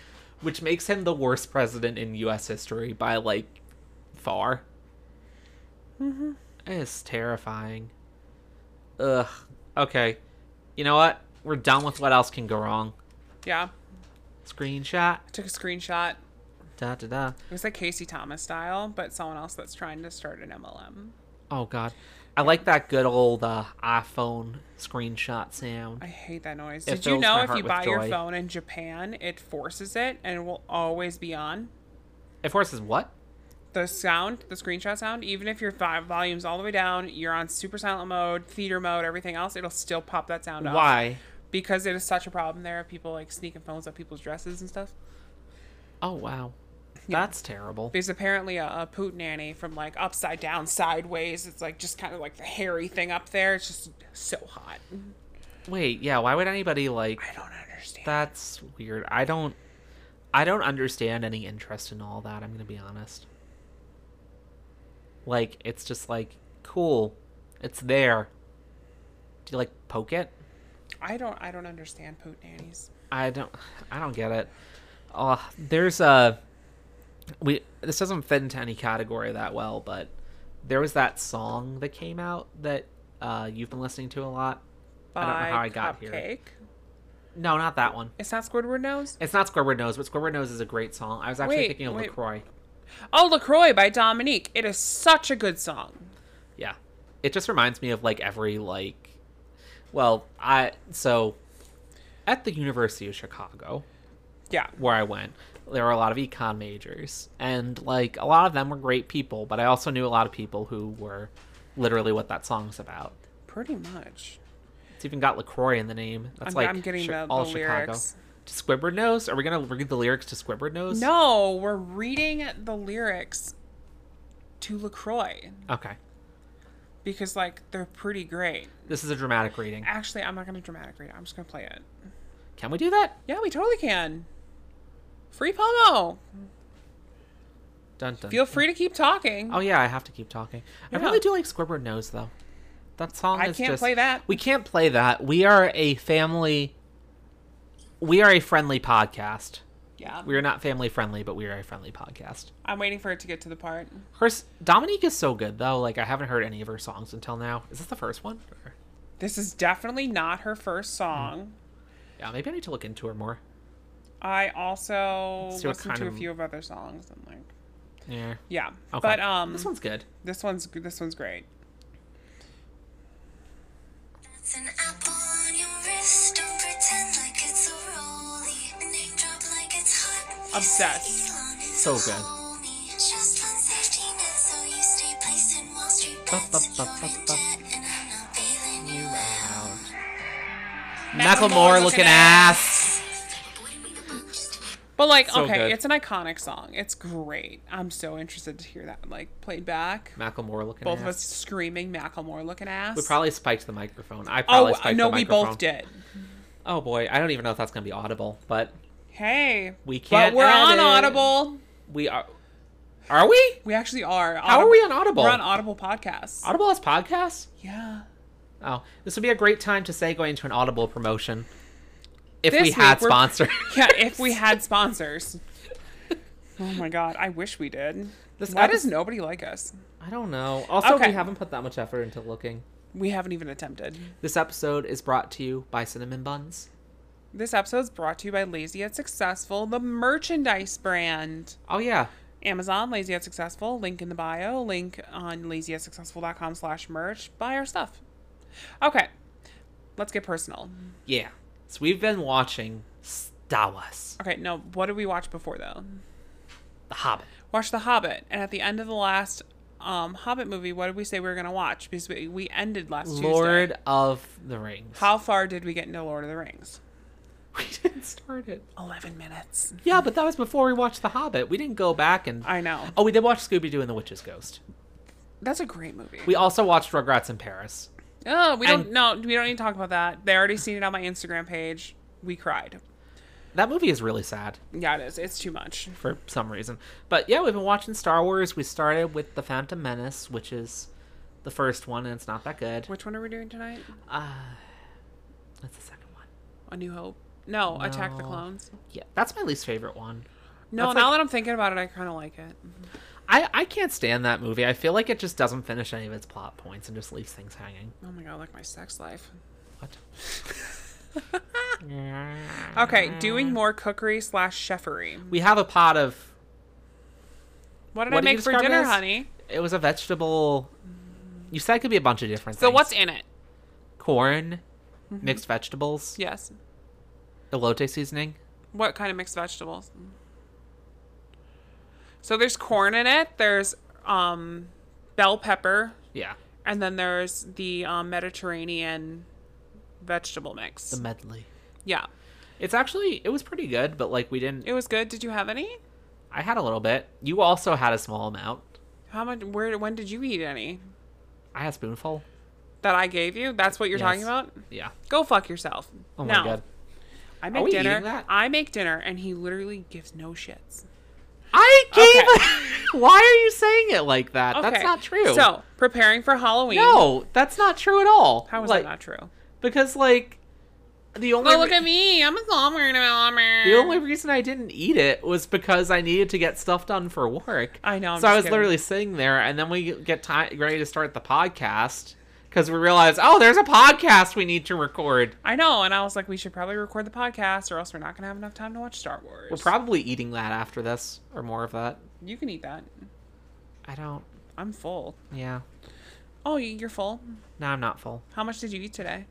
Speaker 2: which makes him the worst president in U.S. history by like far. Mm-hmm. It's terrifying. Ugh. Okay. You know what? We're done with what else can go wrong.
Speaker 1: Yeah.
Speaker 2: Screenshot.
Speaker 1: I took a screenshot.
Speaker 2: Da da da.
Speaker 1: It was like Casey Thomas style, but someone else that's trying to start an MLM.
Speaker 2: Oh God. I like that good old uh, iPhone screenshot sound.
Speaker 1: I hate that noise.
Speaker 2: It
Speaker 1: Did you
Speaker 2: fills my
Speaker 1: know if
Speaker 2: heart
Speaker 1: you
Speaker 2: with
Speaker 1: buy your
Speaker 2: joy.
Speaker 1: phone in Japan, it forces it and it will always be on?
Speaker 2: It forces what?
Speaker 1: the sound, the screenshot sound, even if your vi- volume's all the way down, you're on super silent mode, theater mode, everything else, it'll still pop that sound off.
Speaker 2: Why?
Speaker 1: Because it is such a problem there of people like sneaking phones up people's dresses and stuff.
Speaker 2: Oh wow. That's terrible.
Speaker 1: There's apparently a, a poot nanny from like upside down, sideways. It's like just kind of like the hairy thing up there. It's just so hot.
Speaker 2: Wait, yeah, why would anybody like
Speaker 1: I don't understand.
Speaker 2: that's weird. I don't I don't understand any interest in all that, I'm going to be honest. Like it's just like cool. It's there. Do you like poke it?
Speaker 1: I don't. I don't understand poot nannies.
Speaker 2: I don't I don't get it. Oh, there's a we this doesn't fit into any category that well, but there was that song that came out that uh, you've been listening to a lot.
Speaker 1: By
Speaker 2: don't know how I got here.
Speaker 1: Cupcake.
Speaker 2: No, not that one.
Speaker 1: It's not Squidward nose.
Speaker 2: It's not Squidward Nose, but Squidward Nose is a great song. I was actually
Speaker 1: Wait,
Speaker 2: thinking of
Speaker 1: wait.
Speaker 2: LaCroix.
Speaker 1: Oh, Lacroix by Dominique. It is such a good song.
Speaker 2: Yeah. It just reminds me of like every like well, I so at the University of Chicago
Speaker 1: Yeah.
Speaker 2: where I went, there were a lot of econ majors and like a lot of them were great people, but I also knew a lot of people who were literally what that song's about.
Speaker 1: Pretty much.
Speaker 2: It's even got LaCroix in the name.
Speaker 1: I'm-
Speaker 2: That's like
Speaker 1: I'm getting
Speaker 2: Chi-
Speaker 1: the- the
Speaker 2: all Chicago.
Speaker 1: lyrics.
Speaker 2: To Squidward Nose? Are we gonna read the lyrics to Squidward Nose?
Speaker 1: No, we're reading the lyrics to LaCroix
Speaker 2: Okay.
Speaker 1: because, like, they're pretty great.
Speaker 2: This is a dramatic reading.
Speaker 1: Actually, I'm not going to dramatic read it. I'm just going to play it.
Speaker 2: Can we do that?
Speaker 1: Yeah, we totally can. Free promo.
Speaker 2: Dun dun.
Speaker 1: Feel free to keep talking.
Speaker 2: Oh yeah, I have to keep talking. I
Speaker 1: Yeah.
Speaker 2: really do like Squidward Nose though. That song.
Speaker 1: I
Speaker 2: is
Speaker 1: can't
Speaker 2: just-
Speaker 1: play that.
Speaker 2: We can't play that. We are a family. We are a friendly podcast.
Speaker 1: yeah.
Speaker 2: We are not family friendly, but we are a friendly podcast.
Speaker 1: I'm waiting for it to get to the part.
Speaker 2: Her s- Dominique is so good though. Like I haven't heard any of her songs until now. Is this the first one? Or-
Speaker 1: This is definitely not her first song.
Speaker 2: Yeah, maybe I need to look into her more.
Speaker 1: I also
Speaker 2: Let's see what
Speaker 1: listened
Speaker 2: kind
Speaker 1: to a
Speaker 2: of-
Speaker 1: few of other songs and like
Speaker 2: Yeah.
Speaker 1: yeah.
Speaker 2: Okay.
Speaker 1: But um
Speaker 2: this one's good.
Speaker 1: this one's this one's great.
Speaker 3: It's an apple on your wrist. Don't pretend like it's a rollie. Name drop like it's hot.
Speaker 1: Obsessed.
Speaker 2: So good. Macklemore looking ass.
Speaker 1: But like,
Speaker 2: So
Speaker 1: okay,
Speaker 2: good.
Speaker 1: it's an iconic song. It's great. I'm so interested to hear that like played back.
Speaker 2: Macklemore looking
Speaker 1: Both
Speaker 2: ass.
Speaker 1: of us screaming Macklemore looking ass.
Speaker 2: We probably spiked the microphone. I probably
Speaker 1: Oh
Speaker 2: spiked
Speaker 1: no,
Speaker 2: the
Speaker 1: we
Speaker 2: microphone.
Speaker 1: both did.
Speaker 2: Oh boy, I don't even know if that's gonna be audible, but
Speaker 1: Hey,
Speaker 2: We can't
Speaker 1: But we're on
Speaker 2: edit.
Speaker 1: Audible.
Speaker 2: we are. Are we?
Speaker 1: We actually are.
Speaker 2: How are we on Audible?
Speaker 1: We're on Audible podcasts.
Speaker 2: Audible has podcasts.
Speaker 1: yeah.
Speaker 2: Oh, this would be a great time to say going to an Audible promotion. If
Speaker 1: This
Speaker 2: we
Speaker 1: week
Speaker 2: had
Speaker 1: we're-
Speaker 2: sponsors.
Speaker 1: Yeah, if we had sponsors. Oh my god, I wish we did.
Speaker 2: This
Speaker 1: Why
Speaker 2: epi-
Speaker 1: does nobody like us?
Speaker 2: I don't know. Also,
Speaker 1: Okay.
Speaker 2: we haven't put that much effort into looking.
Speaker 1: We haven't even attempted.
Speaker 2: This episode is brought to you by Cinnamon Buns.
Speaker 1: This episode is brought to you by Lazy Yet Successful, the merchandise brand.
Speaker 2: Oh yeah,
Speaker 1: Amazon, Lazy Yet Successful, link in the bio, link on lazyatsuccessful.com slash merch. Buy our stuff. Okay, let's get personal.
Speaker 2: yeah. So we've been watching Star Wars,
Speaker 1: Okay, no, what did we watch before though?
Speaker 2: The Hobbit.
Speaker 1: Watch The Hobbit, and at the end of the last um, Hobbit movie, what did we say we were going to watch? Because we, we ended last Tuesday.
Speaker 2: Lord of the Rings.
Speaker 1: How far did we get into Lord of the Rings?
Speaker 2: we didn't start it.
Speaker 1: 11 minutes.
Speaker 2: Yeah, but that was before we watched The Hobbit. We didn't go back and.
Speaker 1: I know.
Speaker 2: Oh, we did watch Scooby Doo and the Witch's Ghost.
Speaker 1: That's a great movie.
Speaker 2: We also watched Rugrats in Paris.
Speaker 1: oh, we don't
Speaker 2: and-
Speaker 1: no, we don't need to talk about that. They already seen it on my Instagram page. We cried.
Speaker 2: That movie is really sad
Speaker 1: Yeah, it is. It's too much.
Speaker 2: for some reason. But yeah, we've been watching Star Wars. We started with The Phantom Menace, which is the first one, and it's not that good.
Speaker 1: Which one are we doing tonight?
Speaker 2: Uh, that's the second one.
Speaker 1: A New Hope. No, Attack the
Speaker 2: No.
Speaker 1: Clones.
Speaker 2: Yeah, that's my least favorite one.
Speaker 1: No,
Speaker 2: That's
Speaker 1: now
Speaker 2: like-
Speaker 1: that I'm thinking about it, I kind of like it.
Speaker 2: I, I can't stand that movie. I feel like it just doesn't finish any of its plot points and just leaves things hanging.
Speaker 1: Oh my god, like my sex life.
Speaker 2: What?
Speaker 1: Okay,
Speaker 2: Mm.
Speaker 1: doing more cookery slash chefery.
Speaker 2: We have a pot of.
Speaker 1: What did I
Speaker 2: What did you
Speaker 1: make for
Speaker 2: describe it
Speaker 1: dinner,
Speaker 2: as?
Speaker 1: honey?
Speaker 2: It was a vegetable. You said it could be a bunch of different
Speaker 1: So
Speaker 2: things.
Speaker 1: what's in it?
Speaker 2: corn, mixed vegetables,
Speaker 1: Yes.
Speaker 2: elote seasoning?
Speaker 1: What kind of mixed vegetables? So there's corn in it. There's um, bell pepper,
Speaker 2: Yeah,
Speaker 1: and then there's the um, Mediterranean vegetable mix.
Speaker 2: the medley.
Speaker 1: yeah,
Speaker 2: It's actually it was pretty good, but like we didn't.
Speaker 1: it was good. Did you have any?
Speaker 2: I had a little bit. You also had a small amount.
Speaker 1: How much? Where? When did you eat any
Speaker 2: I had a spoonful.
Speaker 1: that I gave you? That's what you're talking
Speaker 2: Yes.
Speaker 1: about.
Speaker 2: Yeah.
Speaker 1: Go fuck yourself.
Speaker 2: Oh my
Speaker 1: Now,
Speaker 2: god.
Speaker 1: I make
Speaker 2: we eating
Speaker 1: dinner.
Speaker 2: that?
Speaker 1: I make dinner, and he literally gives no shits.
Speaker 2: I
Speaker 1: gave-
Speaker 2: gave. Why are you saying it like that?
Speaker 1: Okay,
Speaker 2: That's not true.
Speaker 1: So preparing for Halloween.
Speaker 2: no, that's not true at all.
Speaker 1: how is
Speaker 2: like,
Speaker 1: that not true?
Speaker 2: Because like the only
Speaker 1: Oh, look
Speaker 2: re-
Speaker 1: at me! I'm a glamour glamour.
Speaker 2: the only reason I didn't eat it was because I needed to get stuff done for work.
Speaker 1: I know, I'm
Speaker 2: so I
Speaker 1: just
Speaker 2: was
Speaker 1: kidding.
Speaker 2: literally sitting there, and then we get time ready to start the podcast because we realized, oh, there's a podcast we need to record.
Speaker 1: I know, and I was like, we should probably record the podcast, or else we're not gonna have enough time to watch Star Wars.
Speaker 2: We're probably eating that after this, or more of that.
Speaker 1: you can eat that.
Speaker 2: I don't.
Speaker 1: I'm full.
Speaker 2: Yeah.
Speaker 1: Oh, y- you're full.
Speaker 2: No, I'm not full.
Speaker 1: How much did you eat today?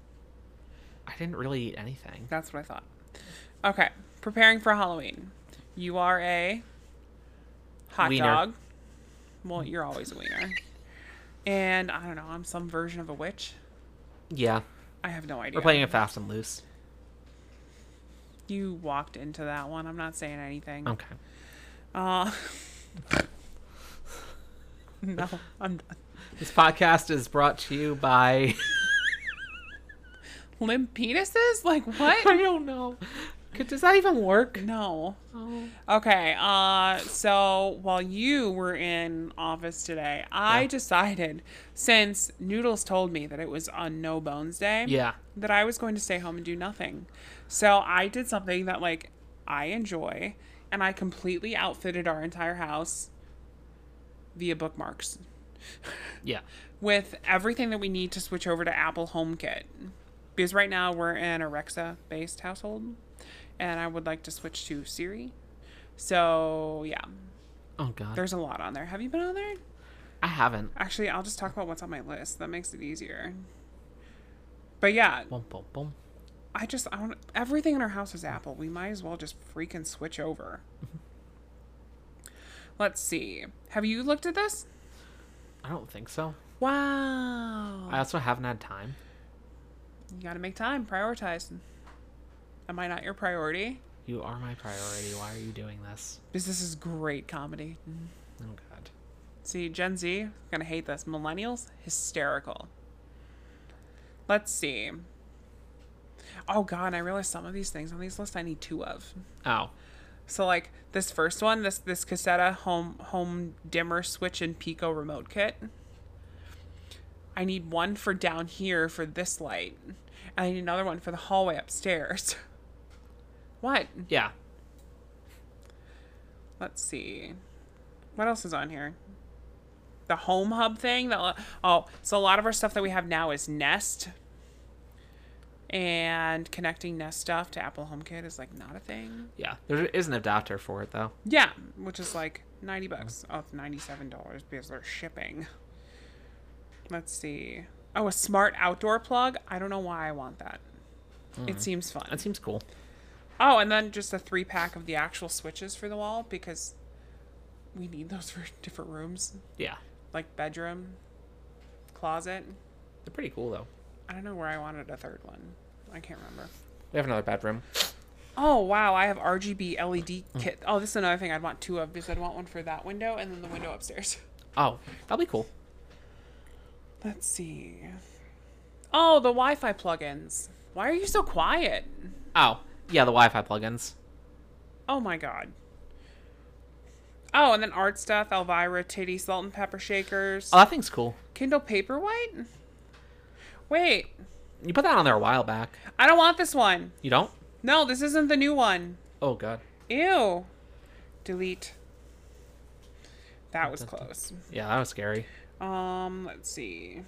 Speaker 2: I didn't really eat anything.
Speaker 1: That's what I thought. Okay, preparing for Halloween. You are a hot
Speaker 2: Wiener.
Speaker 1: dog. Well, you're always a wiener. And I don't know, I'm some version of a witch.
Speaker 2: Yeah.
Speaker 1: I have no idea.
Speaker 2: We're playing it fast and loose.
Speaker 1: You walked into that one. I'm not saying anything.
Speaker 2: Okay.
Speaker 1: Uh, no, I'm done.
Speaker 2: This podcast is brought to you by.
Speaker 1: Limp penises? Like
Speaker 2: I
Speaker 1: what?
Speaker 2: don't know. Could, does that even work?
Speaker 1: no.
Speaker 2: Oh.
Speaker 1: Okay. Uh, so while you were in office today, I
Speaker 2: Yeah.
Speaker 1: decided since Noodles told me that it was on No Bones Day,
Speaker 2: Yeah.
Speaker 1: that I was going to stay home and do nothing. So I did something that like I enjoy, and I completely outfitted our entire house via bookmarks
Speaker 2: Yeah.
Speaker 1: with everything that we need to switch over to Apple HomeKit. Because right now we're an Alexa based household and I would like to switch to Siri. So, yeah,
Speaker 2: Oh God.
Speaker 1: there's a lot on there. Have you been on there?
Speaker 2: I haven't.
Speaker 1: Actually, I'll just talk about what's on my list. That makes it easier. But yeah,
Speaker 2: Boom, boom, boom.
Speaker 1: I just I want everything in our house is Apple. We might as well just freaking switch over. Let's see. Have you looked at this?
Speaker 2: I don't think so.
Speaker 1: Wow.
Speaker 2: I also haven't had time.
Speaker 1: you gotta make time. Prioritize. Am I not your priority?
Speaker 2: You are my priority. Why are you doing this?
Speaker 1: Because this is great comedy.
Speaker 2: Oh god.
Speaker 1: See, Gen Z gonna hate this. Millennials hysterical. Let's see. Oh god, I realized some of these things on these lists I need two of.
Speaker 2: Oh.
Speaker 1: So like this first one, this this Casetta home home dimmer switch and Pico remote kit. I need one for down here for this light. And I need another one for the hallway upstairs. What?
Speaker 2: Yeah.
Speaker 1: Let's see. What else is on here? The home hub thing that oh, so a lot of our stuff that we have now is Nest. And connecting Nest stuff to Apple HomeKit is like not a thing.
Speaker 2: Yeah. There is an adapter for it though.
Speaker 1: Yeah, which is like 90 bucks Oh, off $97 because they're shipping. Let's see. Oh, a smart outdoor plug. I don't know why I want that. It seems fun.
Speaker 2: That seems cool.
Speaker 1: Oh, and then just a three pack of the actual switches for the wall because we need those for different rooms,
Speaker 2: Yeah.
Speaker 1: like bedroom, closet.
Speaker 2: They're pretty cool though.
Speaker 1: I don't know where I wanted a third one. I can't remember.
Speaker 2: We have another bedroom.
Speaker 1: Oh wow, I have RGB LED kit. Oh, this is another thing I'd want two of because I'd want one for that window and then the window upstairs.
Speaker 2: Oh, that'll be cool.
Speaker 1: Let's see. Oh, the Wi-Fi plugins. Why are you so quiet?
Speaker 2: Oh, yeah, the Wi-Fi plugins.
Speaker 1: Oh my god. Oh, and then art stuff, Elvira, titty, salt and pepper shakers.
Speaker 2: Oh, that thing's cool.
Speaker 1: Kindle Paperwhite? Wait,
Speaker 2: You put that on there a while back.
Speaker 1: I don't want this one.
Speaker 2: You don't?
Speaker 1: No, this isn't the new one.
Speaker 2: Oh god.
Speaker 1: Ew. Delete. That was close.
Speaker 2: Yeah, that was scary.
Speaker 1: Um, let's see.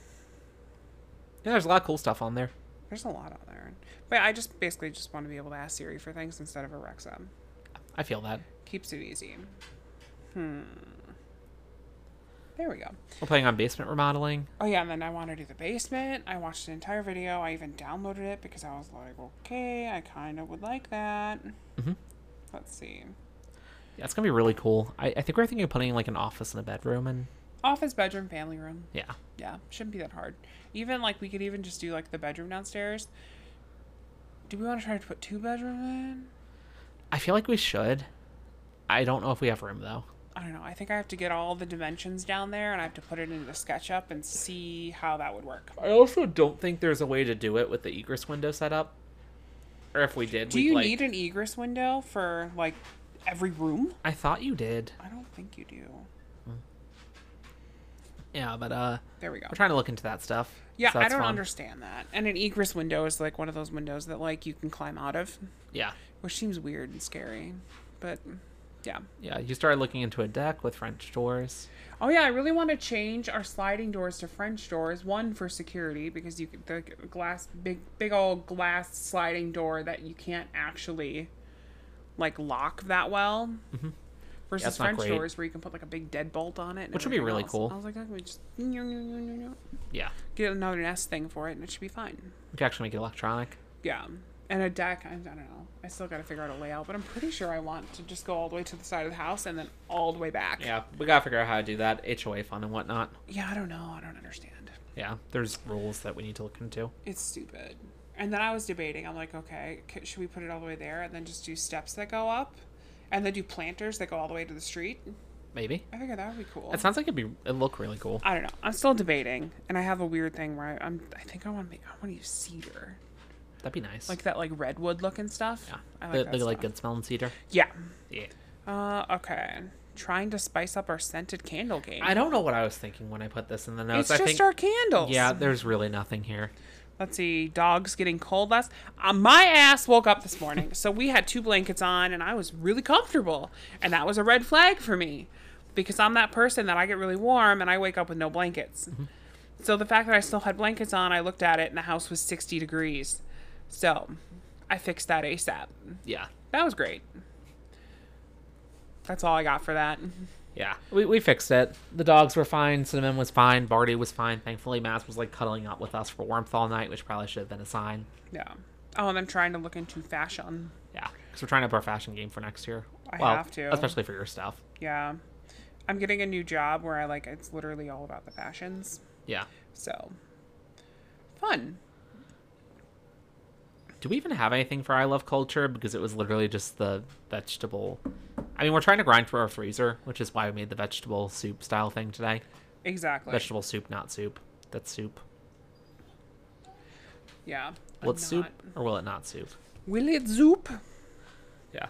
Speaker 2: Yeah, there's a lot of cool stuff on there.
Speaker 1: There's a lot on there. But I just basically just want to be able to ask Siri for things instead of Alexa.
Speaker 2: I feel that.
Speaker 1: Keeps it easy. Hmm. There we go.
Speaker 2: We're playing on basement remodeling.
Speaker 1: Oh yeah, and then I want to do the basement. I watched an entire video. I even downloaded it because I was like, okay, I kind of would like that.
Speaker 2: Mhm.
Speaker 1: Let's see.
Speaker 2: Yeah, it's gonna be really cool. I, I think we're thinking of putting like an office and a bedroom and
Speaker 1: Office, bedroom, family room.
Speaker 2: yeah.
Speaker 1: Yeah, shouldn't be that hard. Even like we could even just do like the bedroom downstairs. Do we want to try to put two bedrooms in?
Speaker 2: I feel like we should. I don't know if we have room though.
Speaker 1: I don't know. I think I have to get all the dimensions down there and I have to put it into the SketchUp and see how that would work.
Speaker 2: I also don't think there's a way to do it with the egress window set up. Or if we did,
Speaker 1: Do
Speaker 2: we'd
Speaker 1: you
Speaker 2: like...
Speaker 1: need an egress window for like every room?
Speaker 2: I thought you did.
Speaker 1: I don't think you do.
Speaker 2: Yeah, but uh,
Speaker 1: There we go.
Speaker 2: we're trying to look into that stuff.
Speaker 1: Yeah,
Speaker 2: so
Speaker 1: I
Speaker 2: that's
Speaker 1: don't
Speaker 2: fun.
Speaker 1: understand that. And an egress window is like one of those windows that like you can climb out of,
Speaker 2: Yeah,
Speaker 1: which seems weird and scary. But yeah.
Speaker 2: yeah. You started looking into a deck with French doors.
Speaker 1: Oh yeah, I really want to change our sliding doors to French doors. One for security because you could- the glass big big old glass sliding door that you can't actually like lock that well. Versus
Speaker 2: Mm-hmm. That's not
Speaker 1: French
Speaker 2: great.
Speaker 1: doors where you can put like a big deadbolt on it, and
Speaker 2: Which would be
Speaker 1: everything
Speaker 2: really
Speaker 1: else.
Speaker 2: cool.
Speaker 1: I was like, I can just get
Speaker 2: Yeah,
Speaker 1: another nest thing for it, and it should be fine.
Speaker 2: we could actually make it electronic.
Speaker 1: Yeah. And a deck, I, I don't know. I still got to figure out a layout, but I'm pretty sure I want to just go all the way to the side of the house and then all the way back.
Speaker 2: Yeah, we gotta figure out how to do that HOA fund and whatnot.
Speaker 1: Yeah, I don't know. I don't understand.
Speaker 2: Yeah, there's rules that we need to look into.
Speaker 1: It's stupid. And then I was debating. I'm like, okay, c- should we put it all the way there and then just do steps that go up and then do planters that go all the way to the street?
Speaker 2: Maybe
Speaker 1: I figured that would be cool.
Speaker 2: it sounds like it'd be it'd look really cool.
Speaker 1: I don't know. I'm still debating, and I have a weird thing where I, I'm. I think I want to make. I want to use cedar,
Speaker 2: That'd be nice.
Speaker 1: like that, like redwood looking stuff.
Speaker 2: yeah,
Speaker 1: I
Speaker 2: the,
Speaker 1: like that
Speaker 2: the like
Speaker 1: stuff.
Speaker 2: good smelling cedar.
Speaker 1: Yeah,
Speaker 2: Yeah.
Speaker 1: Uh, okay. Trying to spice up our scented candle game.
Speaker 2: I don't know what I was thinking when I put this in the
Speaker 1: it's
Speaker 2: notes.
Speaker 1: just
Speaker 2: I think
Speaker 1: our candles.
Speaker 2: yeah, there's really nothing here.
Speaker 1: Let's see. Dogs getting cold last. Uh, my ass woke up this morning, so we had two blankets on, and I was really comfortable, and that was a red flag for me, because I'm that person that I get really warm and I wake up with no blankets.
Speaker 2: Mm-hmm.
Speaker 1: So the fact that I still had blankets on, I looked at it, and the house was 60 degrees. So, I fixed that ASAP.
Speaker 2: Yeah,
Speaker 1: That was great. That's all I got for that.
Speaker 2: yeah. We we fixed it. The dogs were fine. Cinnamon was fine. Barty was fine. Thankfully, Mass was like cuddling up with us for warmth all night, which probably should have been a sign.
Speaker 1: Yeah. Oh, and I'm trying to look into fashion.
Speaker 2: Yeah, because we're trying up our fashion game for next year.
Speaker 1: I have to.
Speaker 2: especially for your stuff.
Speaker 1: Yeah. I'm getting a new job where I like it's literally all about the fashions.
Speaker 2: Yeah.
Speaker 1: So fun.
Speaker 2: Do we even have anything for I Love Culture? Because it was literally just the vegetable. I mean, we're trying to grind for our freezer, which is why we made the vegetable soup style thing today.
Speaker 1: Exactly.
Speaker 2: Vegetable soup, not soup. That's soup.
Speaker 1: Yeah.
Speaker 2: Will
Speaker 1: I'm
Speaker 2: it soup
Speaker 1: not-
Speaker 2: or will it not soup?
Speaker 1: Will it zoop?
Speaker 2: Yeah.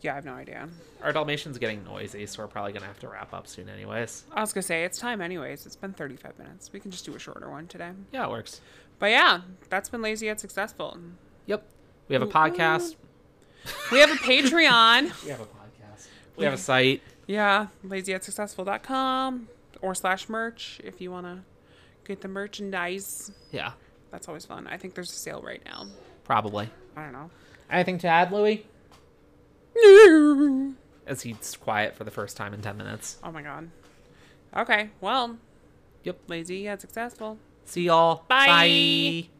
Speaker 1: Yeah, I have no idea.
Speaker 2: Our Dalmatian's getting noisy, so we're probably going to have to wrap up soon, anyways.
Speaker 1: I was gonna say it's time anyways. It's been 35 minutes. We can just do a shorter one today.
Speaker 2: Yeah, it works.
Speaker 1: But yeah, that's been lazy yet successful.
Speaker 2: Yep. We have a
Speaker 1: Ooh,
Speaker 2: podcast.
Speaker 1: We have a Patreon.
Speaker 2: We have a podcast. We have a site.
Speaker 1: yeah, lazyatsuccessful.com or slash merch if you wanna get the merchandise.
Speaker 2: Yeah,
Speaker 1: That's always fun. I think there's a sale right now.
Speaker 2: probably.
Speaker 1: I don't know.
Speaker 2: Anything to add, Louie? As he's quiet for the first time in 10 minutes.
Speaker 1: Oh my god. Okay, well,
Speaker 2: Yep.
Speaker 1: lazy yet successful.
Speaker 2: See y'all.
Speaker 1: Bye.
Speaker 2: Bye.